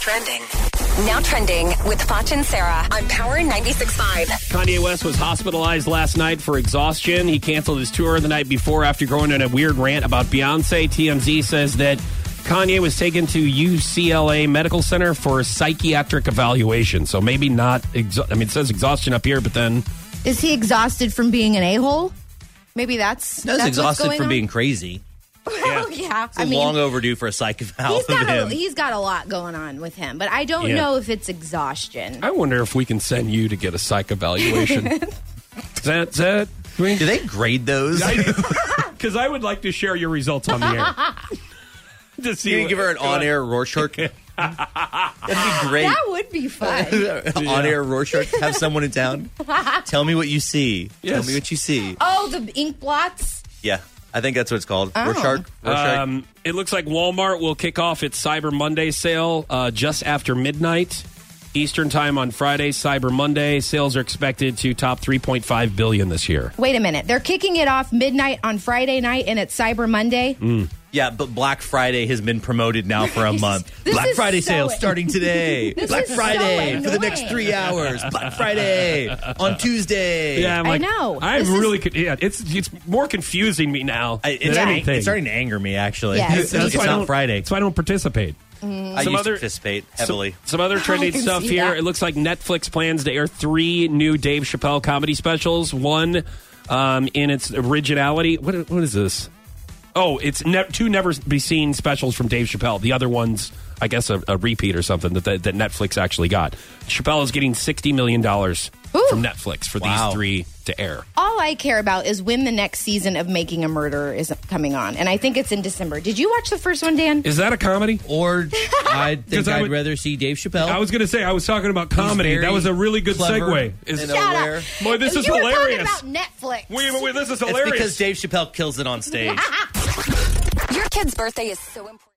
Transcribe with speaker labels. Speaker 1: trending. Now trending with Foch and Sarah on Power 96.5.
Speaker 2: Kanye West was hospitalized last night for exhaustion. He canceled his tour the night before after going on a weird rant about Beyonce. TMZ says that Kanye was taken to UCLA Medical Center for psychiatric evaluation. So maybe not. Exa- I mean, it says exhaustion up here, but then
Speaker 3: Is he exhausted from being an a hole? Maybe that's
Speaker 4: That was
Speaker 3: that's what's
Speaker 4: exhausted
Speaker 3: going
Speaker 4: from
Speaker 3: on?
Speaker 4: being crazy.
Speaker 3: Oh yeah,
Speaker 4: It's long overdue for a psych eval
Speaker 3: he's
Speaker 4: of
Speaker 3: got a,
Speaker 4: him.
Speaker 3: he's got a lot going on with him, but I don't
Speaker 2: Yeah.
Speaker 3: know if it's exhaustion.
Speaker 2: I wonder if we can send you to get a psych evaluation. Is that is that?
Speaker 4: Do they grade those?
Speaker 2: Because I would like to share your results on the air. to see
Speaker 4: You
Speaker 2: what-
Speaker 4: can give her an on-air Rorschach. That'd be great.
Speaker 3: That would be fun.
Speaker 4: on-air Rorschach. Have someone in town. Tell me what you see. Tell
Speaker 2: Yes.
Speaker 4: me what you see.
Speaker 3: oh, the ink blots.
Speaker 4: Yeah, I think that's what it's called.
Speaker 3: Oh.
Speaker 4: Rorschach. Rorschach.
Speaker 2: Um, it looks like Walmart will kick off its Cyber Monday sale uh, just after midnight Eastern time on Friday. Cyber Monday sales are expected to top 3.5 billion this year.
Speaker 3: Wait a minute. They're kicking it off midnight on Friday night and it's Cyber Monday.
Speaker 4: Mm. yeah, but Black Friday has been promoted now for a month.
Speaker 3: This
Speaker 4: Black
Speaker 3: is
Speaker 4: Friday
Speaker 3: so
Speaker 4: sale
Speaker 3: an-
Speaker 4: starting today.
Speaker 3: This
Speaker 4: Black
Speaker 3: is so
Speaker 4: Friday for the next
Speaker 3: annoying.
Speaker 4: three hours. Black Friday on Tuesday.
Speaker 2: Yeah, I'm
Speaker 3: I
Speaker 2: like,
Speaker 3: know.
Speaker 2: I'm
Speaker 3: This is-
Speaker 2: really. con- yeah, it's it's more confusing me now.
Speaker 4: I,
Speaker 2: than
Speaker 4: it's,
Speaker 2: anything.
Speaker 4: it's starting to anger me actually.
Speaker 3: Yeah,
Speaker 4: It's,
Speaker 3: it's-
Speaker 4: it's
Speaker 2: why I
Speaker 4: not
Speaker 2: don't-
Speaker 4: Friday.
Speaker 2: That's why I don't participate.
Speaker 4: I used
Speaker 2: other-
Speaker 4: to participate heavily.
Speaker 2: Some other trending
Speaker 3: can
Speaker 2: stuff
Speaker 3: see
Speaker 2: here.
Speaker 3: that.
Speaker 2: It looks like Netflix plans to air three new Dave Chappelle comedy specials. One um, in its originality. What, what is this? Oh, it's ne- two never be seen specials from Dave Chappelle. The other one's, I guess, a, a repeat or something that, that, that Netflix actually got. Chappelle is getting $60 million from Netflix for
Speaker 4: Wow.
Speaker 2: these three to air.
Speaker 3: All I care about is when the next season of Making a Murderer is coming on. And I think it's in December. Did you watch the first one, Dan?
Speaker 2: Is that a comedy?
Speaker 4: Or I think
Speaker 2: I
Speaker 4: I'd
Speaker 2: would-
Speaker 4: rather see Dave Chappelle.
Speaker 2: I was going to say, I was talking about
Speaker 4: He's
Speaker 2: comedy.
Speaker 4: very
Speaker 2: That was a really good
Speaker 4: clever
Speaker 2: segue.
Speaker 4: and
Speaker 2: Is-
Speaker 3: Shut
Speaker 4: aware.
Speaker 3: up.
Speaker 2: Boy, this
Speaker 3: you
Speaker 2: is
Speaker 3: were
Speaker 2: hilarious.
Speaker 3: talking about Netflix.
Speaker 2: Wait, wait, wait, this is
Speaker 4: It's
Speaker 2: hilarious.
Speaker 4: because Dave Chappelle kills it on stage.
Speaker 1: Your kid's birthday is so important.